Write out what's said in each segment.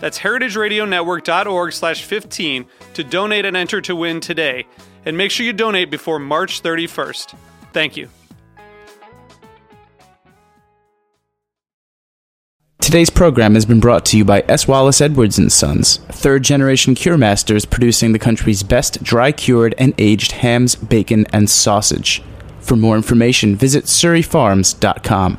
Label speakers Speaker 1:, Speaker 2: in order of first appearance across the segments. Speaker 1: That's heritageradionetwork.org slash 15 to donate and enter to win today. And make sure you donate before March 31st. Thank you.
Speaker 2: Today's program has been brought to you by S. Wallace Edwards and Sons, third-generation cure masters producing the country's best dry cured and aged hams, bacon, and sausage. For more information, visit surreyfarms.com.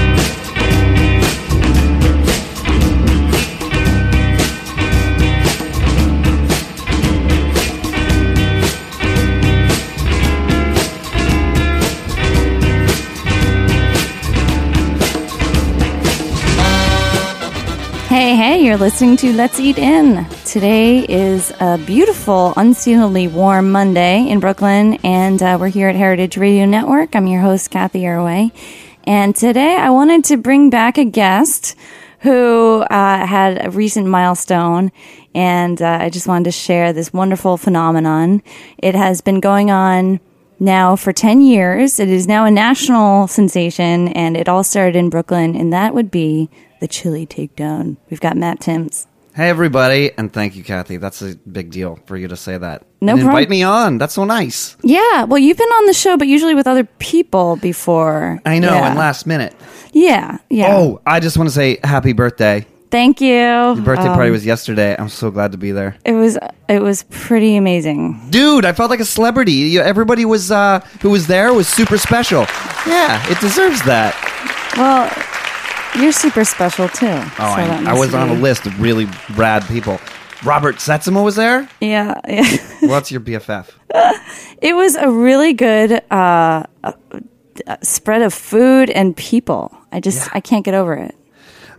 Speaker 3: Hey, hey, you're listening to Let's Eat In. Today is a beautiful, unseasonably warm Monday in Brooklyn, and uh, we're here at Heritage Radio Network. I'm your host, Kathy Irway. And today I wanted to bring back a guest who uh, had a recent milestone, and uh, I just wanted to share this wonderful phenomenon. It has been going on now for 10 years. It is now a national sensation, and it all started in Brooklyn, and that would be the Chili Takedown. We've got Matt Timms.
Speaker 4: Hey everybody, and thank you, Kathy. That's a big deal for you to say that.
Speaker 3: No
Speaker 4: And
Speaker 3: problem.
Speaker 4: Invite me on. That's so nice.
Speaker 3: Yeah, well, you've been on the show, but usually with other people before.
Speaker 4: I know.
Speaker 3: Yeah.
Speaker 4: And last minute.
Speaker 3: Yeah, yeah.
Speaker 4: Oh, I just want to say happy birthday.
Speaker 3: thank you.
Speaker 4: The birthday
Speaker 3: Um,
Speaker 4: party was yesterday. I'm so glad to be there,
Speaker 3: It was. It was pretty amazing.
Speaker 4: dude. I felt like a celebrity. You- Everybody was uh, who was there was super special. Yeah, it deserves that.
Speaker 3: Well, you're super special too. Oh,
Speaker 4: Oh, I, I was on a list of really rad people. Robert Setsuma was there.
Speaker 3: Yeah, yeah.
Speaker 4: What's your BFF?
Speaker 3: It was a really good uh, uh, uh, spread of food and people. I just I can't get over it.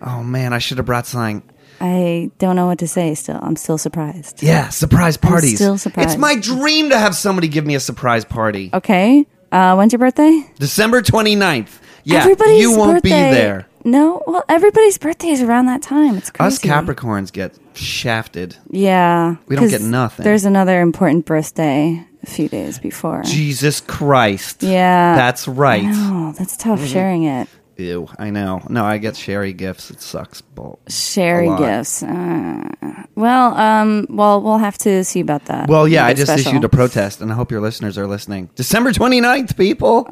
Speaker 4: Oh man, I should have brought something.
Speaker 3: I don't know what to say. Still, I'm still surprised.
Speaker 4: Yeah, surprise parties.
Speaker 3: still surprised.
Speaker 4: It's my dream to have somebody give me a surprise party.
Speaker 3: Okay, uh, when's your birthday?
Speaker 4: December 29th. Yeah,
Speaker 3: everybody's
Speaker 4: you won't
Speaker 3: birthday-
Speaker 4: be there.
Speaker 3: No, well, everybody's birthday is around that time. It's crazy.
Speaker 4: Us Capricorns get shafted.
Speaker 3: Yeah,
Speaker 4: We don't
Speaker 3: 'cause
Speaker 4: get nothing.
Speaker 3: There's another important birthday a few days before.
Speaker 4: Jesus Christ.
Speaker 3: Yeah.
Speaker 4: That's right.
Speaker 3: Oh, that's tough
Speaker 4: Mm-hmm.
Speaker 3: sharing it.
Speaker 4: Ew, I know. No, I get Sherry gifts. It sucks. Bull.
Speaker 3: Sharing
Speaker 4: lot.
Speaker 3: gifts. Uh, well, um, well, we'll have to see about that.
Speaker 4: Well, yeah,
Speaker 3: Make
Speaker 4: I
Speaker 3: it
Speaker 4: just
Speaker 3: special.
Speaker 4: issued a protest, and I hope your listeners are listening. December 29th,
Speaker 3: Uh,
Speaker 4: people.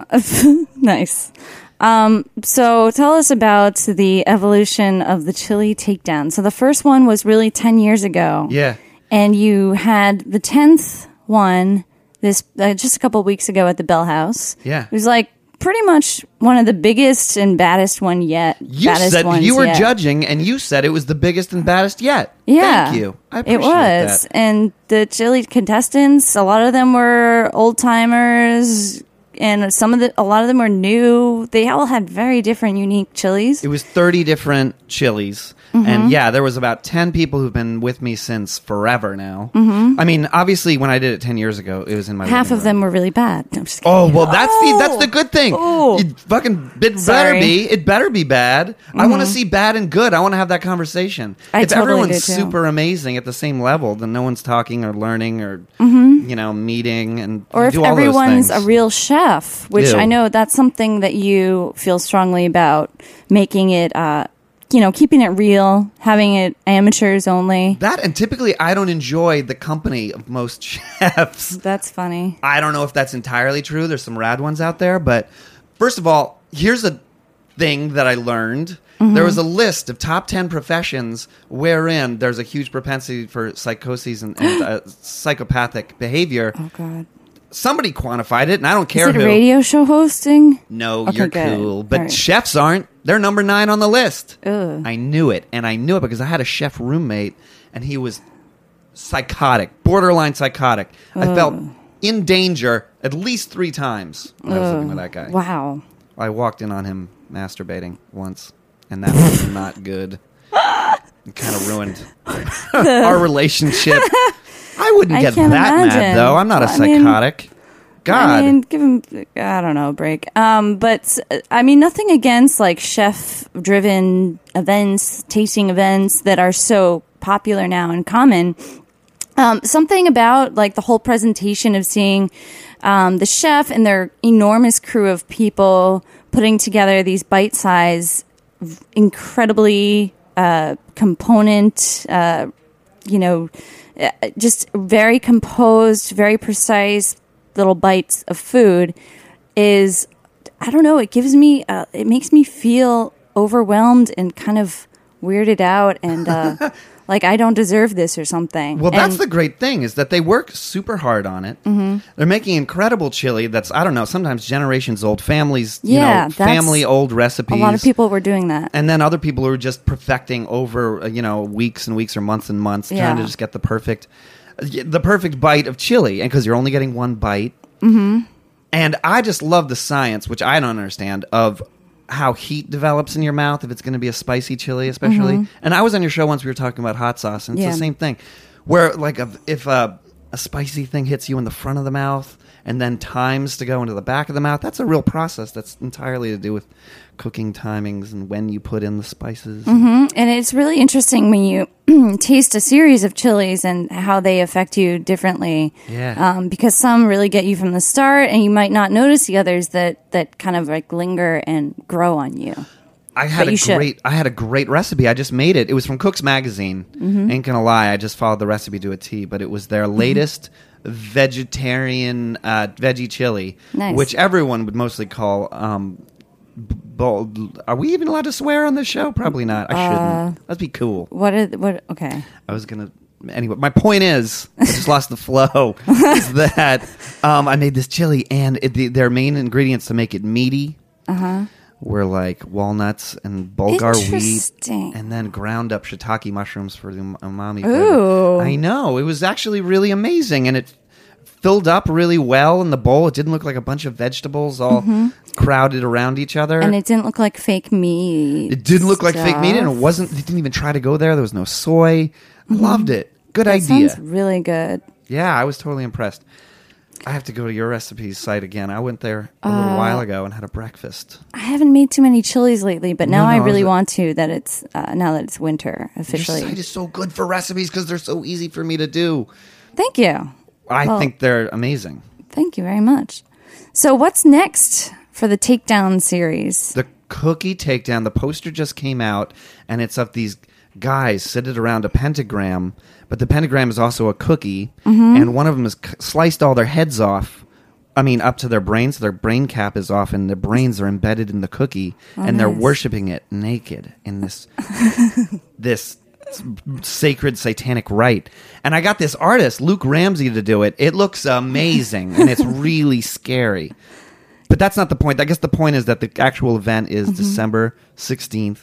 Speaker 3: nice. Um, so tell us about the evolution of the chili takedown. So the first one was really 10 years ago.
Speaker 4: Yeah.
Speaker 3: And you had the 10th one this uh, just a couple weeks ago at the Bell House.
Speaker 4: Yeah.
Speaker 3: It was like pretty much one of the biggest and baddest one yet.
Speaker 4: You
Speaker 3: baddest
Speaker 4: said
Speaker 3: ones
Speaker 4: you were
Speaker 3: yet.
Speaker 4: judging, and you said it was the biggest and baddest yet.
Speaker 3: Yeah.
Speaker 4: Thank you. I appreciate
Speaker 3: It was.
Speaker 4: that.
Speaker 3: And the chili contestants, a lot of them were old timers and some of the a lot of them were new. They all had very different unique chilies.
Speaker 4: It was 30 different chilies.
Speaker 3: Mm-hmm.
Speaker 4: And yeah, there was about 10 people who've been with me since forever now. I mean, obviously, when I did it 10 years ago, it was in my
Speaker 3: Mm-hmm. Half
Speaker 4: living
Speaker 3: of them
Speaker 4: room.
Speaker 3: were really bad. No, I'm just kidding.
Speaker 4: Oh well, that's the that's the good thing.
Speaker 3: Oh.
Speaker 4: It fucking it better
Speaker 3: Sorry. Mm-hmm.
Speaker 4: be it better be bad. I want to see bad and good. I want to have that conversation.
Speaker 3: I
Speaker 4: if
Speaker 3: totally
Speaker 4: everyone's
Speaker 3: do, too.
Speaker 4: super amazing at the same level, then no one's talking or learning or you know meeting and
Speaker 3: Mm-hmm. or
Speaker 4: you
Speaker 3: if
Speaker 4: do all those
Speaker 3: everyone's a
Speaker 4: things.
Speaker 3: real chef, which
Speaker 4: Ew.
Speaker 3: I know that's something that you feel strongly about making it uh you know, keeping it real, having it amateurs only.
Speaker 4: that and typically I don't enjoy the company of most chefs.
Speaker 3: That's funny.
Speaker 4: I don't know if that's entirely true. There's some rad ones out there, but first of all, here's a thing that I learned. There was a list of top 10 professions wherein there's a huge propensity for psychoses and, and uh, psychopathic behavior.
Speaker 3: Oh God.
Speaker 4: Somebody quantified it, and I don't
Speaker 3: Is
Speaker 4: care
Speaker 3: it
Speaker 4: who.
Speaker 3: radio show hosting?
Speaker 4: No,
Speaker 3: Okay,
Speaker 4: you're
Speaker 3: good.
Speaker 4: cool. But
Speaker 3: All right.
Speaker 4: chefs aren't. They're number nine on the list.
Speaker 3: Ugh.
Speaker 4: I knew it. And I knew it because I had a chef roommate and he was psychotic, borderline psychotic. I felt in danger at least three times when I was living with that guy.
Speaker 3: Wow.
Speaker 4: I walked in on him masturbating once, and that was not good. It kind of ruined our relationship. I wouldn't
Speaker 3: I
Speaker 4: get that
Speaker 3: can't imagine.
Speaker 4: mad, though. I'm not a
Speaker 3: I mean-
Speaker 4: psychotic. God.
Speaker 3: I mean, give him, I don't know, a break. Um, but uh, I mean, nothing against like chef driven events, tasting events that are so popular now and common. Um, something about like the whole presentation of seeing um, the chef and their enormous crew of people putting together these bite size, incredibly uh, component uh, you know, uh, just very composed, very precise little bites of food is, I don't know, it gives me, uh, it makes me feel overwhelmed and kind of weirded out and uh, like I don't deserve this or something.
Speaker 4: Well, that's
Speaker 3: And-
Speaker 4: the great thing is that they work super hard on it. Mm-hmm. They're making incredible chili that's I don't know, sometimes generations old, families,
Speaker 3: Yeah,
Speaker 4: you know,
Speaker 3: that's-
Speaker 4: family old recipes.
Speaker 3: a lot of people were doing that.
Speaker 4: and then other people who are just perfecting over uh, you know weeks and weeks or months and months trying to
Speaker 3: Yeah.
Speaker 4: just get the perfect the perfect bite of chili and because you're only getting one bite mm-hmm. and i just love the science which i don't understand of how heat develops in your mouth if it's going to be a spicy chili especially and i was on your show once we were talking about hot sauce and it's
Speaker 3: Yeah.
Speaker 4: the same thing where like a, if a, a spicy thing hits you in the front of the mouth and then times to go into the back of the mouth that's a real process that's entirely to do with cooking timings and when you put in the spices
Speaker 3: And it's really interesting when you taste a series of chilies and how they affect you differently.
Speaker 4: Yeah.
Speaker 3: Um, because some really get you from the start, and you might not notice the others that that kind of like linger and grow on you.
Speaker 4: I had
Speaker 3: But
Speaker 4: a
Speaker 3: you should.
Speaker 4: great I had a great recipe. I just made it. It was from Cook's magazine.
Speaker 3: Mm-hmm.
Speaker 4: Ain't gonna lie, I just followed the recipe to a T, but it was their latest vegetarian uh, veggie chili,
Speaker 3: Nice.
Speaker 4: which everyone would mostly call. Um, bo- Are we even allowed to swear on this show? Probably not. I shouldn't.
Speaker 3: Uh,
Speaker 4: Let's be cool.
Speaker 3: What? Are, what? Okay.
Speaker 4: I was gonna. Anyway, my point is, I just lost the flow. is that um, I made this chili, and it, the, their main ingredients to make it meaty
Speaker 3: Uh-huh.
Speaker 4: were like walnuts and bulgur wheat,
Speaker 3: Interesting.
Speaker 4: and then ground up shiitake mushrooms for the um- umami.
Speaker 3: Ooh.
Speaker 4: flavor. I know it was actually really amazing, and it filled up really well in the bowl. It didn't look like a bunch of vegetables all crowded around each other.
Speaker 3: Mm-hmm. And it didn't look like fake meat.
Speaker 4: It didn't look like fake meat, and it
Speaker 3: stuff.
Speaker 4: wasn't. They didn't even try to go there. There was no soy. I Loved it. Good
Speaker 3: That
Speaker 4: idea.
Speaker 3: Sounds really good.
Speaker 4: yeah, I was totally impressed. I have to go to your recipes site again. I went there a
Speaker 3: Uh,
Speaker 4: little while ago and had a breakfast.
Speaker 3: I haven't made too many chilies lately, but now
Speaker 4: No,
Speaker 3: I
Speaker 4: no,
Speaker 3: really
Speaker 4: is it-
Speaker 3: want to. That it's uh, now that it's winter
Speaker 4: Your
Speaker 3: officially.
Speaker 4: site is so good for recipes because they're so easy for me to do.
Speaker 3: Thank you.
Speaker 4: I
Speaker 3: Well-
Speaker 4: think they're amazing.
Speaker 3: Thank you very much. So, what's next for the takedown series?
Speaker 4: The cookie takedown. The poster just came out, and it's of these guys seated around a pentagram, but the pentagram is also a cookie, and one of them has c- sliced all their heads off. I mean, up to their brains. Their brain cap is off, and their brains are embedded in the cookie, and they're worshiping it naked in this this sacred satanic rite. And I got this artist, Luke Ramsey, to do it. It looks amazing and it's really scary. But that's not the point. I guess the point is that the actual event
Speaker 3: Mm-hmm.
Speaker 4: is December 16th.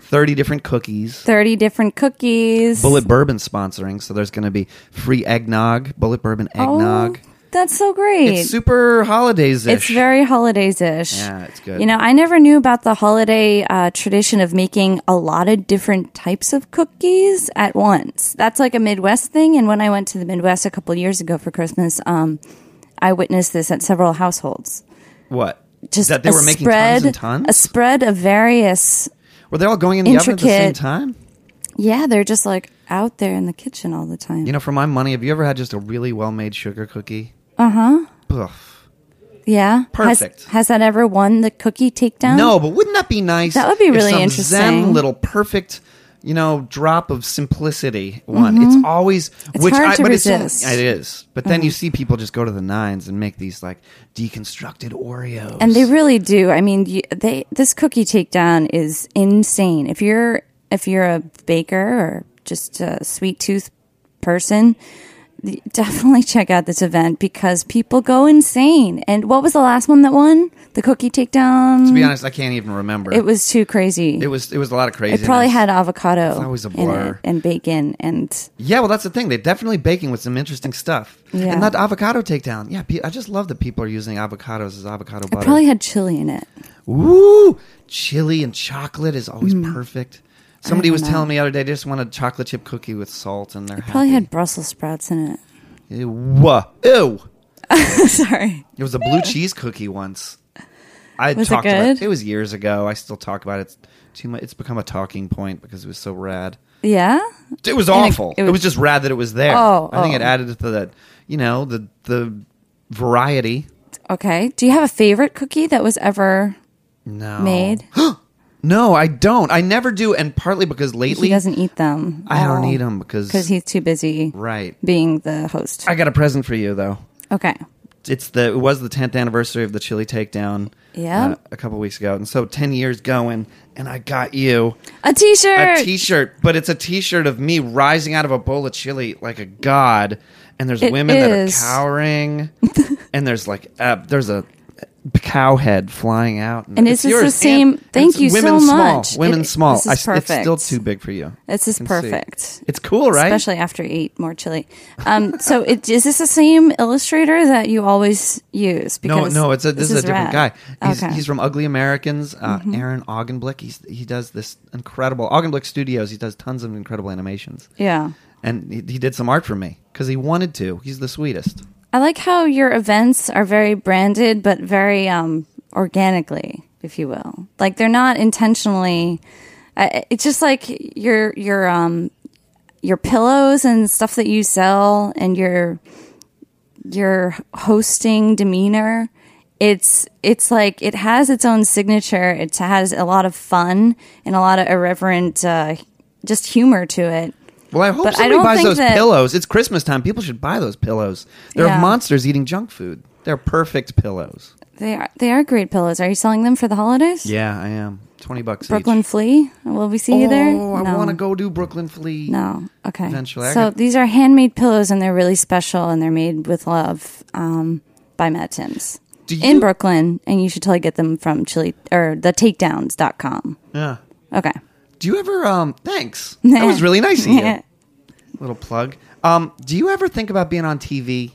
Speaker 4: 30 different cookies.
Speaker 3: 30 different cookies.
Speaker 4: Bullet Bourbon sponsoring, so there's going to be free eggnog, Bullet Bourbon
Speaker 3: Oh,
Speaker 4: eggnog.
Speaker 3: that's so great.
Speaker 4: It's super holidays ish.
Speaker 3: It's very holidays ish.
Speaker 4: Yeah, it's good.
Speaker 3: You know, I never knew about the holiday uh, tradition of making a lot of different types of cookies at once. That's like a Midwest thing. And when I went to the Midwest a couple years ago for Christmas, um, I witnessed this at several households.
Speaker 4: what?
Speaker 3: Just
Speaker 4: that they
Speaker 3: a
Speaker 4: were making
Speaker 3: spread,
Speaker 4: tons and tons?
Speaker 3: a spread of various.
Speaker 4: were they all going in the oven at the same
Speaker 3: intricate-
Speaker 4: time?
Speaker 3: Yeah, they're just like out there in the kitchen all the time.
Speaker 4: You know, for my money, have you ever had just a really well made sugar cookie?
Speaker 3: Uh-huh.
Speaker 4: Uh huh.
Speaker 3: yeah,
Speaker 4: Perfect.
Speaker 3: Has, has that ever won the cookie takedown?
Speaker 4: No, but wouldn't that be nice?
Speaker 3: That would be
Speaker 4: if
Speaker 3: really
Speaker 4: some
Speaker 3: interesting.
Speaker 4: Zen little perfect you know, drop of simplicity one. It's always
Speaker 3: Mm-hmm.
Speaker 4: which
Speaker 3: hard
Speaker 4: I,
Speaker 3: to
Speaker 4: but it's so-
Speaker 3: resist. Mm-hmm.
Speaker 4: it is. But then you see people just go to the nines and make these like deconstructed Oreos.
Speaker 3: And they really do. I mean, you, they this cookie takedown is insane. If you're if you're a baker or just a sweet tooth person, y- definitely check out this event because people go insane. And what was the last one that won? The cookie takedown.
Speaker 4: to be honest, I can't even remember.
Speaker 3: it was too crazy.
Speaker 4: it was it was a lot of crazy.
Speaker 3: It probably had avocado
Speaker 4: always a
Speaker 3: in it
Speaker 4: blur.
Speaker 3: and bacon and
Speaker 4: Yeah, well, that's the thing. They're definitely baking with some interesting stuff.
Speaker 3: Yeah.
Speaker 4: And that avocado takedown. Yeah, pe- I just love that people are using avocados as avocado
Speaker 3: it
Speaker 4: butter.
Speaker 3: probably had chili in it.
Speaker 4: Ooh, chili and chocolate is always perfect. Somebody
Speaker 3: Mm. don't
Speaker 4: was
Speaker 3: know.
Speaker 4: telling me the other day they just want a chocolate chip cookie with salt in their.
Speaker 3: Probably had Brussels sprouts in it.
Speaker 4: Ew. Ew.
Speaker 3: Sorry.
Speaker 4: It was a blue cheese cookie once. I
Speaker 3: Was it
Speaker 4: talked about
Speaker 3: good?
Speaker 4: it was years ago. I still talk about it too much. It's become a talking point because it was so rad.
Speaker 3: Yeah.
Speaker 4: It was
Speaker 3: And it-
Speaker 4: awful.
Speaker 3: it
Speaker 4: It,
Speaker 3: was-
Speaker 4: was, just rad that it was there.
Speaker 3: Oh,
Speaker 4: I think it
Speaker 3: oh.
Speaker 4: added to the, you know, the the variety.
Speaker 3: Okay. Do you have a favorite cookie that was ever
Speaker 4: No.
Speaker 3: made?
Speaker 4: No, I don't. I never do, and partly because lately
Speaker 3: He doesn't eat them.
Speaker 4: I don't eat them because
Speaker 3: because he's too busy
Speaker 4: right.
Speaker 3: being the host.
Speaker 4: I got a present for you though.
Speaker 3: Okay.
Speaker 4: It's the it was the tenth anniversary of the Chili Takedown. uh,
Speaker 3: Yeah.
Speaker 4: a couple weeks ago, and so ten years going, and I got you
Speaker 3: A T-shirt.
Speaker 4: a T-shirt, but it's a T-shirt of me rising out of a bowl of chili like a god. And there's
Speaker 3: It
Speaker 4: women
Speaker 3: is.
Speaker 4: that are cowering, and there's like uh, there's a cow head flying out.
Speaker 3: And this is the
Speaker 4: yours,
Speaker 3: same-
Speaker 4: and- and
Speaker 3: thank
Speaker 4: it's
Speaker 3: you so
Speaker 4: women small,
Speaker 3: much.
Speaker 4: Women
Speaker 3: It-
Speaker 4: small.
Speaker 3: this is
Speaker 4: I s-
Speaker 3: perfect.
Speaker 4: It's still too big for you.
Speaker 3: this is
Speaker 4: I can see.
Speaker 3: perfect.
Speaker 4: It's cool, right?
Speaker 3: Especially after you eat more chili. Um, so it, is this the same illustrator that you always use?
Speaker 4: No, no, it's a, this, is, a
Speaker 3: rad.
Speaker 4: different guy. He's,
Speaker 3: okay. Mm-hmm.
Speaker 4: he's from Ugly Americans. Uh, Aaron Augenblick. He's he does this incredible Augenblick Studios. He does tons of incredible animations,
Speaker 3: yeah.
Speaker 4: and he, he did some art for me because he wanted to. He's the sweetest.
Speaker 3: I like how your events are very branded, but very um, organically, if you will. Like they're not intentionally. Uh, it's just like your your um, your pillows and stuff that you sell, and your your hosting demeanor. It's it's like it has its own signature. It has a lot of fun and a lot of irreverent, uh, just humor to it.
Speaker 4: Well, I hope
Speaker 3: But I
Speaker 4: somebody
Speaker 3: don't
Speaker 4: buys
Speaker 3: think
Speaker 4: those
Speaker 3: that-
Speaker 4: pillows. It's Christmas time. People should buy those pillows. They're
Speaker 3: Yeah.
Speaker 4: monsters eating junk food. They're perfect pillows.
Speaker 3: They are they are great pillows. Are you selling them for the holidays?
Speaker 4: Yeah, I am. Twenty bucks.
Speaker 3: Brooklyn
Speaker 4: each.
Speaker 3: Flea? Will we see you there?
Speaker 4: Oh, I want to go do Brooklyn Flea.
Speaker 3: No. Okay.
Speaker 4: Eventually, I
Speaker 3: So
Speaker 4: could-
Speaker 3: these are handmade pillows and they're really special and they're made with love um, by Matt Timms
Speaker 4: Do
Speaker 3: in
Speaker 4: you-
Speaker 3: Brooklyn. And you should totally get them from chili or the takedowns.com.
Speaker 4: Yeah.
Speaker 3: Okay.
Speaker 4: Do you ever? Um. Thanks. That was really nice of you. Little plug. Um. Do you ever think about being on TV?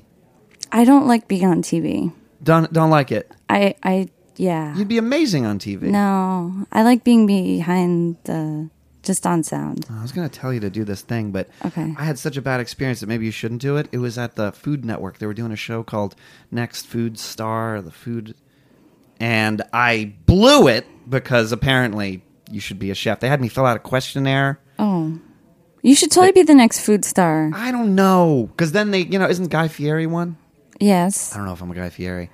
Speaker 3: I don't like being on TV.
Speaker 4: Don't don't like it.
Speaker 3: I, I, yeah.
Speaker 4: You'd be amazing on TV.
Speaker 3: No, I like being behind the, just on sound.
Speaker 4: I was going to tell you to do this thing, but
Speaker 3: Okay.
Speaker 4: I had such a bad experience that maybe you shouldn't do it. It was at the Food Network. They were doing a show called Next Food Star, or the Food, and I blew it because apparently you should be a chef. They had me fill out a questionnaire.
Speaker 3: You should totally be the next food star.
Speaker 4: I don't know because then they, you know, isn't Guy Fieri one? I
Speaker 3: Yes.
Speaker 4: don't know if I'm a Guy Fieri,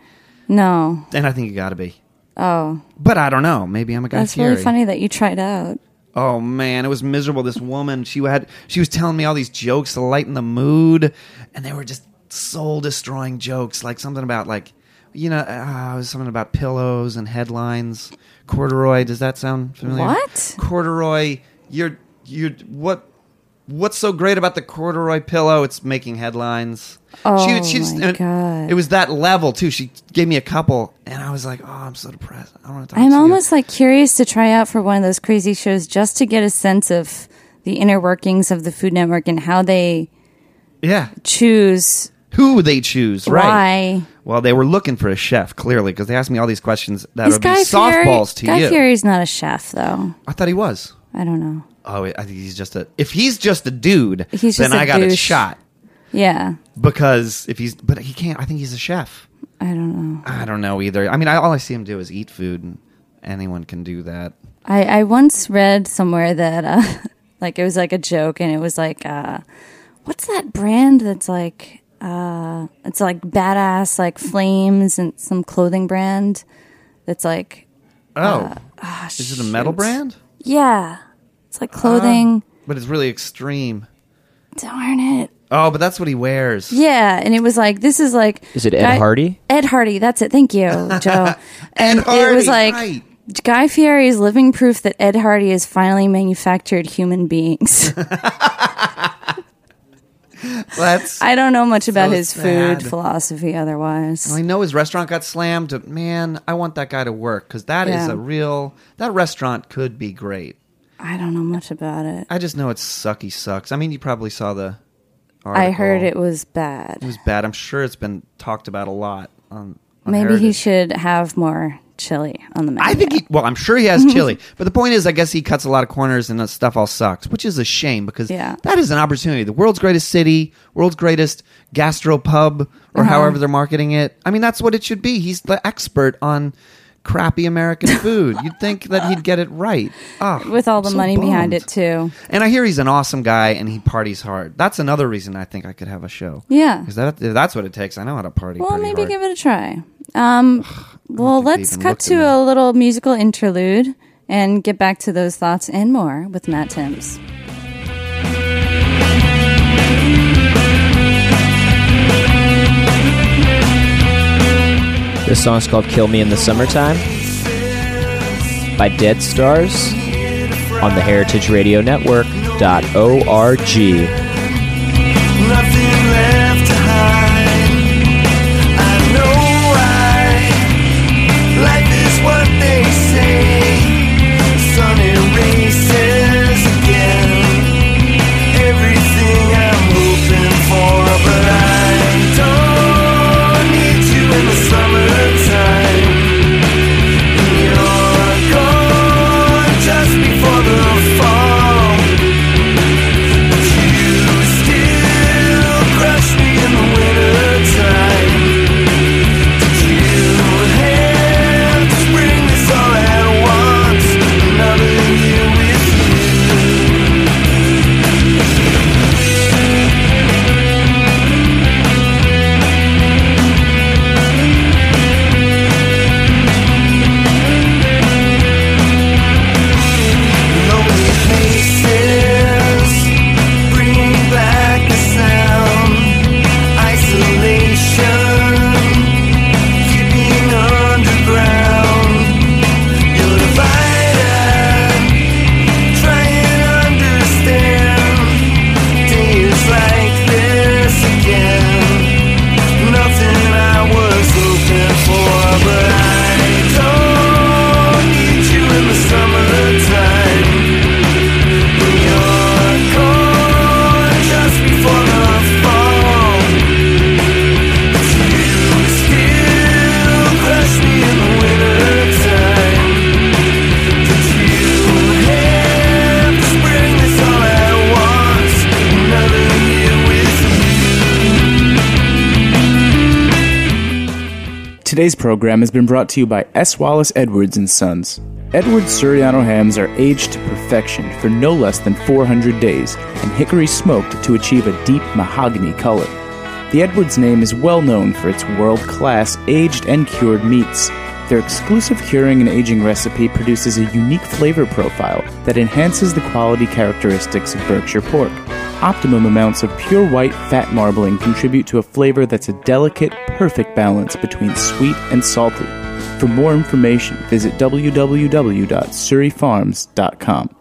Speaker 3: No.
Speaker 4: and I think you got to be. Oh, but I don't know. Maybe I'm a Guy
Speaker 3: That's
Speaker 4: Fieri.
Speaker 3: really funny that you tried out.
Speaker 4: Oh man, it was miserable. This woman, she had she was telling me all these jokes to lighten the mood, and they were just soul destroying jokes, like something about like you know uh, it was something about pillows and headlines. Corduroy, does that sound familiar?
Speaker 3: What?
Speaker 4: corduroy? You're you're what? What's so great about the corduroy pillow? It's making headlines.
Speaker 3: Oh,
Speaker 4: just-
Speaker 3: my God.
Speaker 4: It was that level too. She gave me a couple, and I was like, "Oh, I'm so depressed. I don't want to talk."
Speaker 3: I'm
Speaker 4: to you."
Speaker 3: almost like curious to try out for one of those crazy shows just to get a sense of the inner workings of the Food Network and how they
Speaker 4: yeah.
Speaker 3: choose
Speaker 4: Who they choose,
Speaker 3: why.
Speaker 4: right? Well, they were looking for a chef, clearly, because they asked me all these questions that
Speaker 3: Is
Speaker 4: would be
Speaker 3: Guy Fieri-
Speaker 4: softballs to
Speaker 3: Guy
Speaker 4: you.
Speaker 3: Fieri's not a chef, though.
Speaker 4: I thought he was.
Speaker 3: I don't know.
Speaker 4: Oh, I think he's just a. If he's just a dude,
Speaker 3: He's
Speaker 4: then
Speaker 3: just a
Speaker 4: I got a
Speaker 3: douche.
Speaker 4: shot
Speaker 3: Yeah,
Speaker 4: because if he's, but he can't. I think he's a chef.
Speaker 3: I don't know.
Speaker 4: I don't know either. I mean, I, all I see him do is eat food, and anyone can do that.
Speaker 3: I, I once read somewhere that uh, like it was like a joke, and it was like, uh, what's that brand that's like uh, it's like badass, like flames, and some clothing brand that's like
Speaker 4: Oh,
Speaker 3: ah,
Speaker 4: is it a metal
Speaker 3: shoot.
Speaker 4: brand?
Speaker 3: Yeah. It's like clothing.
Speaker 4: But it's really extreme.
Speaker 3: Um, Darn it.
Speaker 4: Oh, but that's what he wears.
Speaker 3: Yeah, and it was like this is like
Speaker 5: Is it Ed Hardy?
Speaker 3: Ed Hardy, that's it. Thank you, Joe. and it
Speaker 4: Hardy,
Speaker 3: was like
Speaker 4: right.
Speaker 3: Guy Fieri is living proof that Ed Hardy has finally manufactured human beings.
Speaker 4: That's. I,
Speaker 3: I don't know much about his
Speaker 4: sad.
Speaker 3: food philosophy otherwise.
Speaker 4: know his restaurant got slammed. But man, I want that guy to work because that is
Speaker 3: Yeah.
Speaker 4: a real. That restaurant could be great.
Speaker 3: I don't know much about it.
Speaker 4: I just know it's sucky sucks. I mean, you probably saw the. Article.
Speaker 3: I heard it
Speaker 4: It
Speaker 3: was bad.
Speaker 4: was bad. I'm sure it's been talked about a lot. On, on
Speaker 3: Maybe he
Speaker 4: Heritage.
Speaker 3: should have more chili on the menu.
Speaker 4: I think he, well, I'm sure he has chili. But the point is, I guess he cuts a lot of corners and that stuff all sucks, which is a shame because
Speaker 3: Yeah.
Speaker 4: that is an opportunity. The world's greatest city, world's greatest gastropub,
Speaker 3: Uh-huh.
Speaker 4: or however they're marketing it. I mean, that's what it should be. He's the expert on crappy American food. You'd think that he'd get it right. Ah,
Speaker 3: with all the
Speaker 4: so
Speaker 3: money behind
Speaker 4: bummed.
Speaker 3: it too.
Speaker 4: And I hear he's an awesome guy and he parties hard. That's another reason I think I could have a show.
Speaker 3: Yeah.
Speaker 4: Because that, if that's what it takes. I know how to party.
Speaker 3: Well,
Speaker 4: pretty
Speaker 3: maybe
Speaker 4: hard.
Speaker 3: give it a try. Um, well,
Speaker 4: think they
Speaker 3: let's
Speaker 4: even
Speaker 3: cut
Speaker 4: looked
Speaker 3: to
Speaker 4: at
Speaker 3: a little musical interlude and get back to those thoughts and more with Matt Timms.
Speaker 5: This song's called Kill Me in the Summertime by Dead Stars on the Heritage Radio Network dot org.
Speaker 6: Nothing left to hide. I know why. Life is what they say. Sun erases again. Everything I'm hoping for, but I don't need you in the summertime. And you're gone just before the fall. Faces Bring back the sound, isolation, keeping underground. You're divided, try and understand. Days like this again, nothing I was hoping for, but I don't need you in the summertime. You're gone just before the fall. You still crush me in the wintertime. Did you have to spring this all at once? Another year with
Speaker 7: Today's program has been brought to you by S. Wallace Edwards and Sons. Edwards Suriano hams are aged to perfection for no less than 400 days and hickory smoked to achieve a deep mahogany color. The Edwards name is well known for its world class aged and cured meats. Their exclusive curing and aging recipe produces a unique flavor profile that enhances the quality characteristics of Berkshire pork. Optimum amounts of pure white fat marbling contribute to a flavor that's a delicate, perfect balance between sweet and salty. For more information, visit www.surreyfarms.com.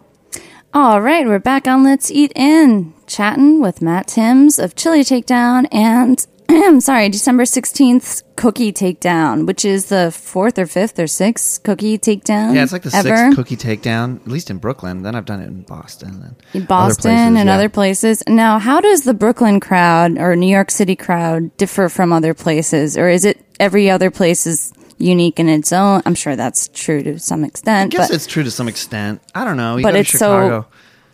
Speaker 3: All right, we're back on Let's Eat In, chatting with Matt Timms of Chili Takedown and, sorry, December 16th 's Cookie Takedown, which is the fourth or fifth or sixth Cookie Takedown.
Speaker 4: Yeah, it's like the
Speaker 3: Um, ever.
Speaker 4: sixth cookie takedown, at least in Brooklyn. Then I've done it in Boston.
Speaker 3: in
Speaker 4: And
Speaker 3: Boston
Speaker 4: other places,
Speaker 3: and
Speaker 4: yeah.
Speaker 3: other places. Now, how does the Brooklyn crowd or New York City crowd differ from other places, or is it every other place is unique in its own? I'm sure that's true to some
Speaker 4: I
Speaker 3: extent,
Speaker 4: guess
Speaker 3: but
Speaker 4: it's true to some extent. I don't know. You
Speaker 3: but
Speaker 4: go to
Speaker 3: it's
Speaker 4: Chicago.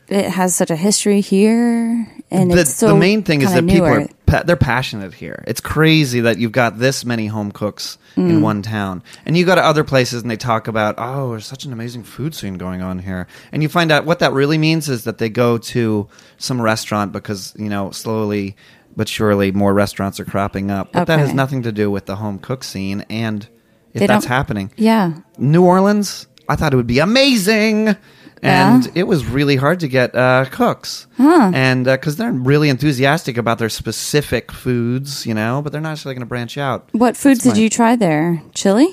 Speaker 3: so it has such a history here, and
Speaker 4: the,
Speaker 3: it's so
Speaker 4: the main thing is
Speaker 3: kinda
Speaker 4: that people
Speaker 3: newer.
Speaker 4: are pa- they're passionate here. It's crazy that you've got this many home cooks
Speaker 3: Mm.
Speaker 4: in one town, and you go to other places and they talk about oh, there's such an amazing food scene going on here, and you find out what that really means is that they go to some restaurant because you know slowly but surely more restaurants are cropping up, but that has
Speaker 3: Okay.
Speaker 4: nothing to do with the home cook scene and if
Speaker 3: They
Speaker 4: that's
Speaker 3: don't-
Speaker 4: happening.
Speaker 3: yeah.
Speaker 4: New Orleans, I thought it would be amazing. and it was really hard to get uh, cooks, and because they're really enthusiastic about their specific foods, you know, but they're not actually going to branch out.
Speaker 3: What foods did
Speaker 4: my-
Speaker 3: you try there? Chili?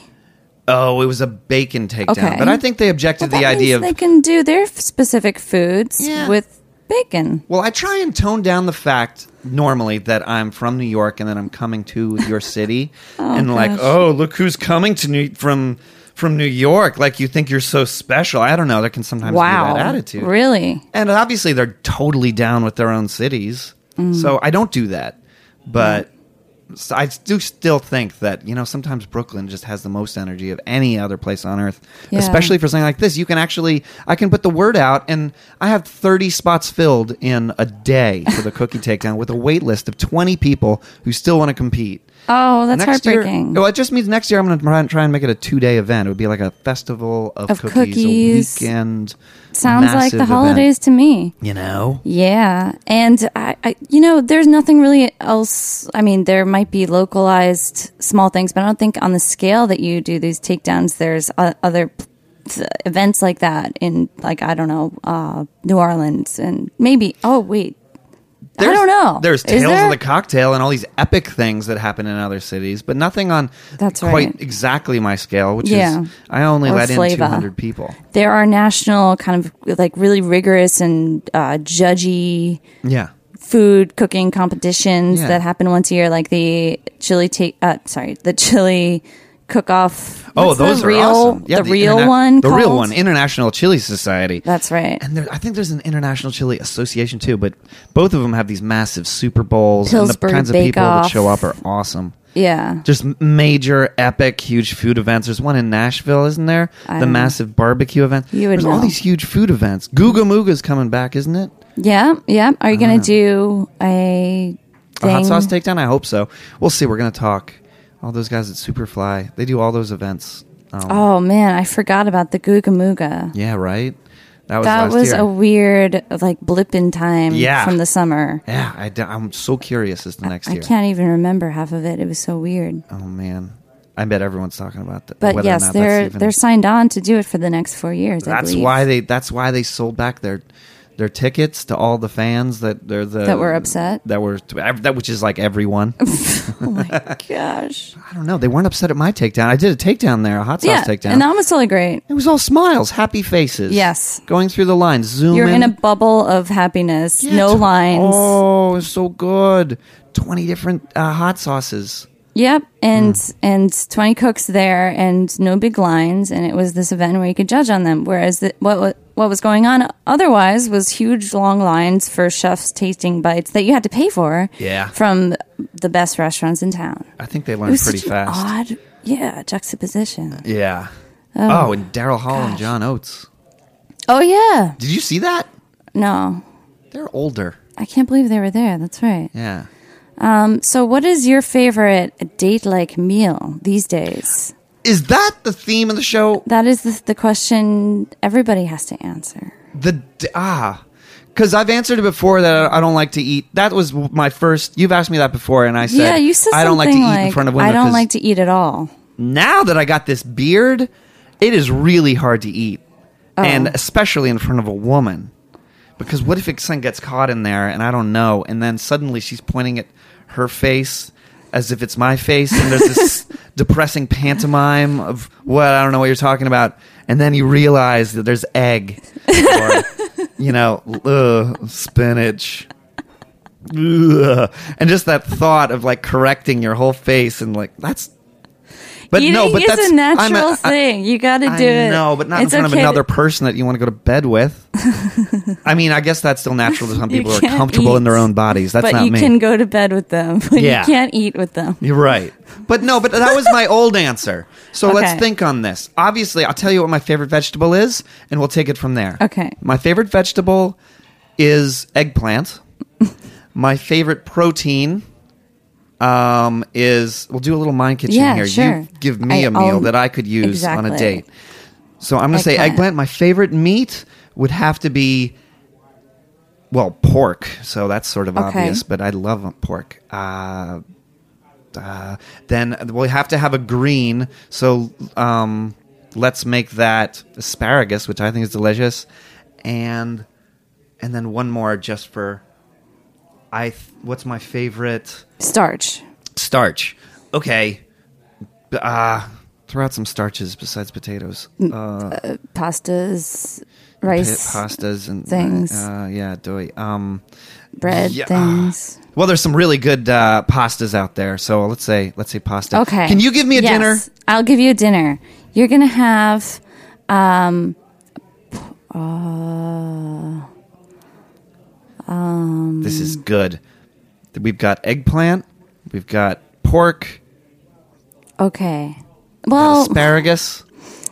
Speaker 4: Oh, it was a bacon takedown,
Speaker 3: Okay.
Speaker 4: but I think they objected
Speaker 3: Well,
Speaker 4: to the
Speaker 3: that means
Speaker 4: idea of
Speaker 3: they can do their f- specific foods
Speaker 4: Yeah.
Speaker 3: with bacon.
Speaker 4: Well, I try and tone down the fact normally that I'm from New York and that I'm coming to your city, and like, oh, look who's coming to New from from New York. Like you think you're so special. I don't know. There can sometimes
Speaker 3: Wow,
Speaker 4: be that attitude,
Speaker 3: really?
Speaker 4: and obviously they're totally down with their own cities.
Speaker 3: Mm.
Speaker 4: So I don't do that, but. s- I do still think that you know sometimes Brooklyn just has the most energy of any other place on earth,
Speaker 3: Yeah.
Speaker 4: especially for something like this. You can actually I can put the word out, and I have thirty spots filled in a day for the cookie takedown with a wait list of twenty people who still want to compete.
Speaker 3: Oh, that's
Speaker 4: next
Speaker 3: heartbreaking.
Speaker 4: Year, well, it just means next year I'm going to try and make it a two day event. It would be like a festival of,
Speaker 3: Of
Speaker 4: cookies,
Speaker 3: cookies.
Speaker 4: a weekend.
Speaker 3: Sounds like
Speaker 4: massive
Speaker 3: the
Speaker 4: event.
Speaker 3: holidays to me.
Speaker 4: you know.
Speaker 3: Yeah, and I, I, you know, there's nothing really else. I mean, there might be localized small things, but I don't think on the scale that you do these takedowns, there's uh, other th- events like that in, like I don't know, uh, New Orleans, and maybe. Oh wait, I don't know.
Speaker 4: There's
Speaker 3: Is
Speaker 4: Tales
Speaker 3: there?
Speaker 4: of the Cocktail and all these epic things that happen in other cities, but nothing on
Speaker 3: That's
Speaker 4: quite
Speaker 3: right.
Speaker 4: exactly my scale, which
Speaker 3: Yeah.
Speaker 4: is I only
Speaker 3: Or
Speaker 4: let in
Speaker 3: Flava.
Speaker 4: 200 people.
Speaker 3: there are national kind of like really rigorous and uh, judgy
Speaker 4: Yeah.
Speaker 3: food cooking competitions
Speaker 4: Yeah.
Speaker 3: that happen once a year, like the chili take. Uh, sorry, the chili cook off.
Speaker 4: Oh, those
Speaker 3: the
Speaker 4: are
Speaker 3: real,
Speaker 4: awesome. Yeah,
Speaker 3: the, real
Speaker 4: interna-
Speaker 3: one.
Speaker 4: The real
Speaker 3: called?
Speaker 4: one, International Chili Society.
Speaker 3: That's right.
Speaker 4: and there, I think there's an International Chili Association too, but both of them have these massive Super Bowls, and
Speaker 3: Pillsbury
Speaker 4: the kinds of
Speaker 3: Bake
Speaker 4: people
Speaker 3: Off.
Speaker 4: that show up are awesome.
Speaker 3: yeah.
Speaker 4: Just m- major, epic, huge food events. There's one in Nashville, isn't there?
Speaker 3: I
Speaker 4: the
Speaker 3: don't know.
Speaker 4: massive barbecue event.
Speaker 3: You would
Speaker 4: There's all
Speaker 3: know.
Speaker 4: these huge food events. Googa Mooga's coming back, isn't it?
Speaker 3: Yeah. Yeah. Are you going to do a
Speaker 4: A hot
Speaker 3: thing?
Speaker 4: sauce takedown? I hope so. We'll see. We're gonna talk. All those guys at Superfly, they do all those events. Um,
Speaker 3: Oh, man. I forgot about the Googa Mooga.
Speaker 4: Yeah, right. That was
Speaker 3: That
Speaker 4: last
Speaker 3: was
Speaker 4: year.
Speaker 3: a weird, like, blip in time
Speaker 4: Yeah.
Speaker 3: from the summer.
Speaker 4: yeah, I, am so curious as to next
Speaker 3: I
Speaker 4: year.
Speaker 3: can't even remember half of it. It was so weird.
Speaker 4: Oh man, I bet everyone's talking about that.
Speaker 3: But
Speaker 4: whether or
Speaker 3: yes,
Speaker 4: not
Speaker 3: they're
Speaker 4: that's even-
Speaker 3: they're signed on to do it for the next four years. I
Speaker 4: That's
Speaker 3: believe.
Speaker 4: why they. That's why they sold back their their tickets to all the fans that they're the
Speaker 3: That were upset?
Speaker 4: That were that which is like everyone.
Speaker 3: Oh my gosh.
Speaker 4: I don't know. They weren't upset at my takedown. I did a takedown there, a hot sauce
Speaker 3: yeah,
Speaker 4: takedown.
Speaker 3: and that was totally great.
Speaker 4: it was all smiles, happy faces.
Speaker 3: Yes.
Speaker 4: going through the lines, zooming.
Speaker 3: You're in a bubble of happiness.
Speaker 4: Yeah,
Speaker 3: no
Speaker 4: tw-
Speaker 3: lines.
Speaker 4: Oh, it's so good. 20 different uh, hot sauces.
Speaker 3: Yep, and
Speaker 4: Mm.
Speaker 3: and twenty cooks there, and no big lines, and it was this event where you could judge on them. Whereas the, what wa- what was going on otherwise was huge long lines for chefs tasting bites that you had to pay for.
Speaker 4: Yeah.
Speaker 3: from the best restaurants in town.
Speaker 4: I think they
Speaker 3: It
Speaker 4: learned
Speaker 3: was
Speaker 4: pretty
Speaker 3: such
Speaker 4: fast.
Speaker 3: an odd, yeah, juxtaposition.
Speaker 4: yeah. Oh, and Daryl Hall and
Speaker 3: gosh.
Speaker 4: John Oates.
Speaker 3: Oh yeah,
Speaker 4: Did you see that?
Speaker 3: no,
Speaker 4: They're older.
Speaker 3: I can't believe they were there. That's right.
Speaker 4: Yeah.
Speaker 3: So, what is your favorite date like meal these days?
Speaker 4: Is that the theme of the show?
Speaker 3: That is the, the question everybody has to answer.
Speaker 4: The d- ah, because I've answered it before that I I don't like to eat. That was my first. You've asked me that before, and I said,
Speaker 3: yeah, you said
Speaker 4: I don't like to
Speaker 3: something
Speaker 4: eat in front of women.
Speaker 3: I don't
Speaker 4: 'cause
Speaker 3: like to eat at all.
Speaker 4: now that I got this beard, it is really hard to eat,
Speaker 3: Oh.
Speaker 4: and especially in front of a woman, because what if it son gets caught in there and I don't know, and then suddenly she's pointing at her face as if it's my face, and there's this depressing pantomime of what I don't know what you're talking about, and then you realize that there's egg, or you know, ugh, spinach. Ugh. And just that thought of like correcting your whole face and like that's but
Speaker 3: Eating
Speaker 4: no, but
Speaker 3: is
Speaker 4: that's
Speaker 3: a natural
Speaker 4: I'm a- I-
Speaker 3: thing. You got to do
Speaker 4: I
Speaker 3: it.
Speaker 4: know, but not
Speaker 3: It's
Speaker 4: in front
Speaker 3: okay
Speaker 4: of another
Speaker 3: to-
Speaker 4: person that you want to go to bed with. I mean, I guess that's still natural to some
Speaker 3: You
Speaker 4: people who are
Speaker 3: can't
Speaker 4: comfortable in their
Speaker 3: eat,
Speaker 4: own bodies. That's
Speaker 3: but
Speaker 4: not
Speaker 3: you
Speaker 4: me.
Speaker 3: can go to bed with them. But
Speaker 4: Yeah.
Speaker 3: you can't eat with them.
Speaker 4: You're right. But no, but that was my old answer. So
Speaker 3: Okay.
Speaker 4: let's think on this. Obviously, I'll tell you what my favorite vegetable is, and we'll take it from there.
Speaker 3: Okay.
Speaker 4: My favorite vegetable is eggplant. my favorite protein um, is we'll do a little mind kitchen
Speaker 3: Yeah,
Speaker 4: here.
Speaker 3: sure.
Speaker 4: You give me
Speaker 3: I-
Speaker 4: a meal
Speaker 3: I'll-
Speaker 4: that I could use on
Speaker 3: Exactly.
Speaker 4: a date. So I'm going to say
Speaker 3: Eggplant.
Speaker 4: eggplant. My favorite meat would have to be well pork. So that's sort of
Speaker 3: Okay.
Speaker 4: obvious, but I love pork. Uh, uh, then we'll have to have a green. So um, let's make that asparagus, which I think is delicious, and and then one more just for I. Th- what's my favorite
Speaker 3: Starch.
Speaker 4: starch? Okay, B- ah, throw out some starches besides potatoes, uh,
Speaker 3: Pastas,
Speaker 4: pa-
Speaker 3: rice,
Speaker 4: pastas, and
Speaker 3: things.
Speaker 4: Uh, yeah, doy. Um,
Speaker 3: bread,
Speaker 4: Yeah.
Speaker 3: things.
Speaker 4: well, there's some really good uh, pastas out there. So let's say let's say pasta.
Speaker 3: Okay.
Speaker 4: Can you give me a
Speaker 3: Yes,
Speaker 4: dinner?
Speaker 3: I'll give you a dinner. You're gonna have, um, p- uh,
Speaker 4: This is good. We've got eggplant. We've got pork.
Speaker 3: okay. Well,
Speaker 4: asparagus.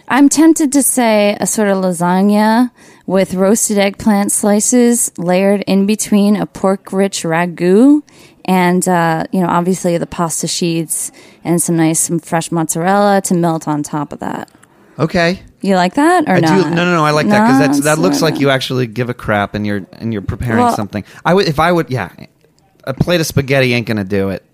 Speaker 3: I'm tempted to say a sort of lasagna with roasted eggplant slices layered in between a pork-rich ragu and uh, you know obviously the pasta sheets and some nice some fresh mozzarella to melt on top of that.
Speaker 4: Okay.
Speaker 3: You like that or
Speaker 4: I
Speaker 3: not?
Speaker 4: do. No, no, no. I like that because
Speaker 3: No,
Speaker 4: that's that
Speaker 3: it's
Speaker 4: looks
Speaker 3: not-
Speaker 4: like you actually give a crap and you're and you're preparing
Speaker 3: Well-
Speaker 4: something. I would if I would. Yeah, a plate of spaghetti ain't gonna do it.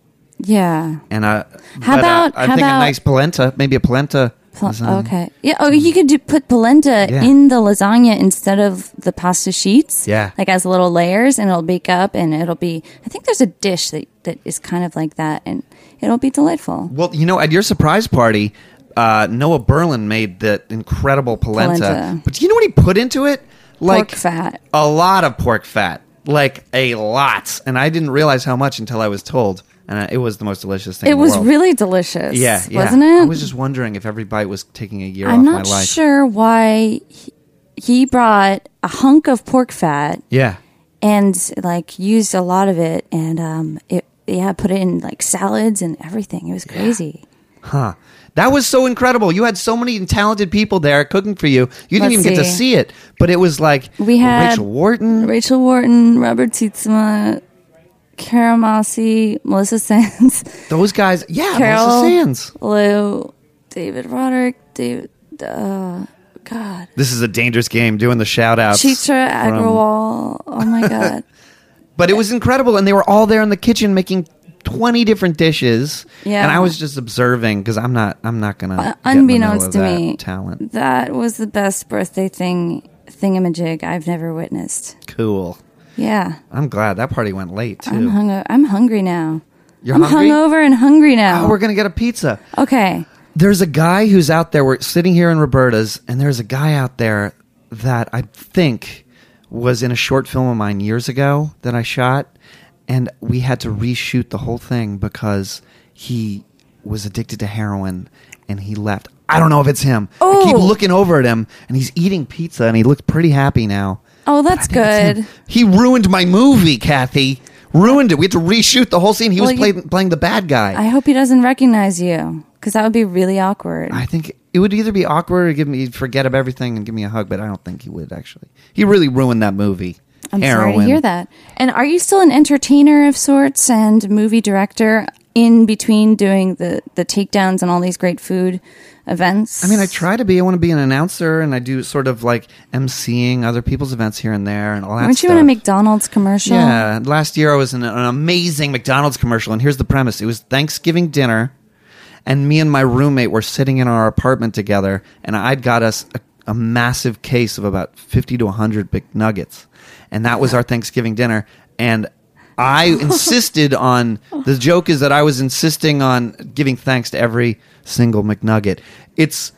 Speaker 3: Yeah.
Speaker 4: And I.
Speaker 3: How
Speaker 4: but, uh,
Speaker 3: about-
Speaker 4: I
Speaker 3: how
Speaker 4: think
Speaker 3: about-
Speaker 4: a nice polenta, maybe a polenta.
Speaker 3: Pol-
Speaker 4: lasagna.
Speaker 3: okay. Yeah. Oh, you could do, put polenta
Speaker 4: Yeah.
Speaker 3: in the lasagna instead of the pasta sheets.
Speaker 4: Yeah.
Speaker 3: Like as little layers, and it'll bake up, and it'll be. I think there's a dish that that is kind of like that, and it'll be delightful.
Speaker 4: Well, you know, at your surprise party, uh, Noah Berlin made that incredible polenta.
Speaker 3: Polenta.
Speaker 4: But do you know what he put into it? Like
Speaker 3: fat.
Speaker 4: A lot of pork fat. Like a lot. And I didn't realize how much until I was told. And I, it was the most delicious thing.
Speaker 3: It
Speaker 4: in the
Speaker 3: was
Speaker 4: world.
Speaker 3: really delicious.
Speaker 4: Yeah, yeah.
Speaker 3: Wasn't it?
Speaker 4: I was just wondering if every bite was taking a year
Speaker 3: I'm
Speaker 4: off
Speaker 3: not
Speaker 4: my life.
Speaker 3: sure why he, he brought a hunk of pork fat
Speaker 4: Yeah.
Speaker 3: and like used a lot of it, and um, it yeah, put it in like salads and everything. It was crazy.
Speaker 4: Huh. That was so incredible. You had so many talented people there cooking for you. You
Speaker 3: Let's
Speaker 4: didn't even get to
Speaker 3: see.
Speaker 4: see it, but it was like
Speaker 3: We had-
Speaker 4: Rachel Wharton.
Speaker 3: Rachel Wharton, Robert Tietzma, Kara Mossy, Melissa Sands,
Speaker 4: Those guys. Yeah,
Speaker 3: Carol
Speaker 4: Melissa Sands.
Speaker 3: Lou, David Roderick, David, uh, God,
Speaker 4: This is a dangerous game doing the shout outs.
Speaker 3: Chitra Agrawal. Oh my God.
Speaker 4: But it was incredible. And they were all there in the kitchen making 20 different dishes.
Speaker 3: Yeah. Uh,
Speaker 4: And I was just observing because I'm not, I'm not going to.
Speaker 3: unbeknownst to me,
Speaker 4: Talent.
Speaker 3: That was the best birthday thing thingamajig I've never witnessed.
Speaker 4: Cool.
Speaker 3: Yeah,
Speaker 4: I'm glad that party went late too.
Speaker 3: I'm hungo- I'm hungry now.
Speaker 4: You're
Speaker 3: I'm
Speaker 4: hungry?
Speaker 3: hungover and hungry now.
Speaker 4: Oh, we're going to get a pizza.
Speaker 3: okay,
Speaker 4: There's a guy who's out there. We're sitting here in Roberta's, and there's a guy out there that I think was in a short film of mine years ago that I shot, and we had to reshoot the whole thing because he was addicted to heroin and he left. I don't know if it's him. I keep
Speaker 3: Oh.
Speaker 4: looking over at him, and he's eating pizza, and he looks pretty happy now.
Speaker 3: oh that's
Speaker 4: I think it's
Speaker 3: good.
Speaker 4: him. He ruined my movie, Kathy. Ruined it. We had to reshoot the whole scene. He
Speaker 3: Well,
Speaker 4: was
Speaker 3: you-
Speaker 4: playing playing the bad guy.
Speaker 3: I hope he doesn't recognize you because that would be really awkward.
Speaker 4: I think it would either be awkward or give me forget about everything and give me a hug, but I don't think he would actually. He really ruined that movie.
Speaker 3: I'm sorry to hear that. And are you still an entertainer of sorts and movie director in between doing the the takedowns and all these great food events?
Speaker 4: I mean, I try to be. I want to be an announcer, and I do sort of like emceeing other people's events here and there, and all that.
Speaker 3: Weren't you
Speaker 4: stuff.
Speaker 3: in a McDonald's commercial?
Speaker 4: Yeah, last year I was in an amazing McDonald's commercial, and here's the premise: it was Thanksgiving dinner, and me and my roommate were sitting in our apartment together, and I'd got us a, a massive case of about fifty to hundred McNuggets, and that was our Thanksgiving dinner, and. I insisted on the joke is that I was insisting on giving thanks to every single McNugget. It's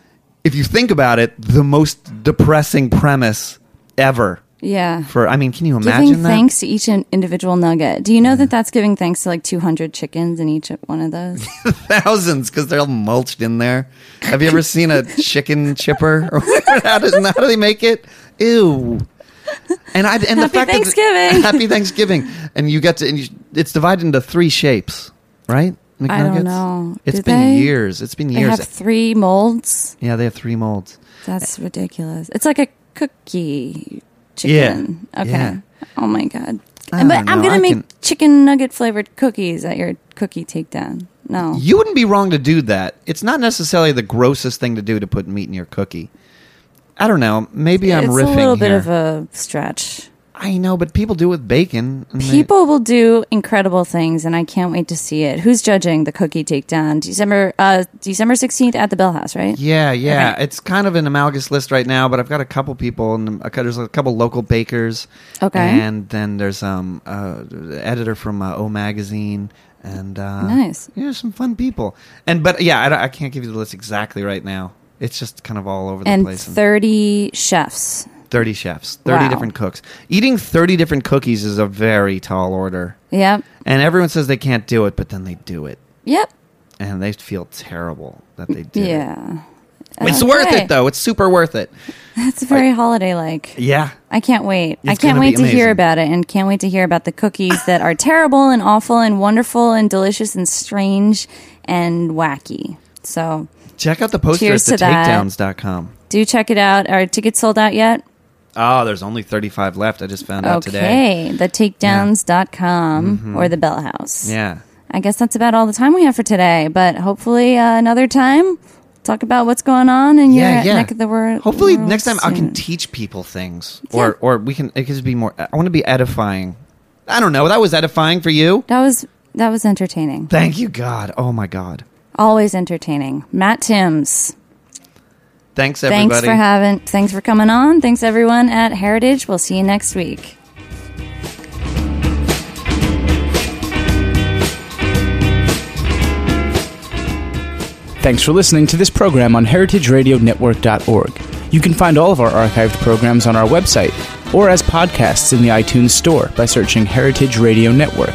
Speaker 4: if you think about it, the most depressing premise ever.
Speaker 3: Yeah.
Speaker 4: For I mean, can you imagine
Speaker 3: giving
Speaker 4: that?
Speaker 3: thanks to each in- individual nugget. Do you know that that's giving thanks to like 200 chickens in each one of those?
Speaker 4: thousands because they're all mulched in there. Have you ever seen a chicken chipper? Or whatever? how, does, how do they make it? Ew. And I and the
Speaker 3: Happy
Speaker 4: fact
Speaker 3: Thanksgiving.
Speaker 4: that happy Thanksgiving, and you get to and you, it's divided into three shapes, right?
Speaker 3: I don't
Speaker 4: McNuggets?
Speaker 3: know.
Speaker 4: It's
Speaker 3: Do
Speaker 4: been
Speaker 3: they?
Speaker 4: years. It's been
Speaker 3: they
Speaker 4: years.
Speaker 3: have three molds.
Speaker 4: yeah, they have three molds.
Speaker 3: That's ridiculous. It's like a cookie chicken.
Speaker 4: Yeah.
Speaker 3: Okay.
Speaker 4: Yeah.
Speaker 3: Oh my god.
Speaker 4: I don't
Speaker 3: But I'm
Speaker 4: know.
Speaker 3: gonna
Speaker 4: I
Speaker 3: make
Speaker 4: can-
Speaker 3: chicken nugget flavored cookies at your cookie takedown. No.
Speaker 4: You wouldn't be wrong to do that. It's not necessarily the grossest thing to do to put meat in your cookie. I don't know. Maybe I'm
Speaker 3: it's
Speaker 4: riffing
Speaker 3: a little bit
Speaker 4: here.
Speaker 3: of a stretch.
Speaker 4: I know, but people do it with bacon. and they-
Speaker 3: People will do incredible things, and I can't wait to see it. Who's judging the cookie takedown? December uh, December sixteenth at the Bell House, right?
Speaker 4: yeah, yeah.
Speaker 3: Okay.
Speaker 4: It's kind of an amalgous list right now, but I've got a couple people, and a, cou- there's a couple local bakers.
Speaker 3: Okay.
Speaker 4: And then there's um uh, the editor from uh, O Magazine, and uh,
Speaker 3: Nice.
Speaker 4: Yeah, some fun people. And but yeah, I, don't- I can't give you the list exactly right now. It's just kind of all over the
Speaker 3: And
Speaker 4: place. and-
Speaker 3: thirty chefs.
Speaker 4: 30 chefs, 30
Speaker 3: Wow.
Speaker 4: different cooks. Eating 30 different cookies is a very tall order.
Speaker 3: Yep,
Speaker 4: And everyone says they can't do it, but then they do it.
Speaker 3: yep,
Speaker 4: And they feel terrible that they did it.
Speaker 3: yeah.
Speaker 4: It's
Speaker 3: Okay.
Speaker 4: worth it, though. It's super worth it.
Speaker 3: It's very holiday like.
Speaker 4: Yeah.
Speaker 3: I can't wait. I
Speaker 4: It's
Speaker 3: can't
Speaker 4: gonna
Speaker 3: wait
Speaker 4: be
Speaker 3: to hear
Speaker 4: amazing.
Speaker 3: about it and can't wait to hear about the cookies that are terrible and awful and wonderful and delicious and strange and wacky. So
Speaker 4: Check out the poster
Speaker 3: Cheers
Speaker 4: at
Speaker 3: to that.
Speaker 4: thetakedowns.com.
Speaker 3: do check it out. Are tickets sold out yet?
Speaker 4: Oh, there's only 35 left. I just found out today. Mm-hmm.
Speaker 3: Okay. The takedowns.com or the Bell House.
Speaker 4: Yeah.
Speaker 3: I guess that's about all the time we have for today, but hopefully uh, another time talk about what's going on in
Speaker 4: Yeah,
Speaker 3: your
Speaker 4: yeah.
Speaker 3: neck of the wor- world.
Speaker 4: Hopefully next time I can
Speaker 3: soon.
Speaker 4: teach people things, or or we can it could just be more. I want to be edifying. I don't know. That was edifying for you.
Speaker 3: that was that was entertaining.
Speaker 4: Thank you, God. Oh my God.
Speaker 3: Always entertaining. Matt Timms.
Speaker 4: Thanks everybody.
Speaker 3: Thanks for having. Thanks for coming on. Thanks everyone at Heritage. We'll see you next week.
Speaker 7: Thanks for listening to this program on heritageradionetwork.org. You can find all of our archived programs on our website or as podcasts in the iTunes Store by searching Heritage Radio Network.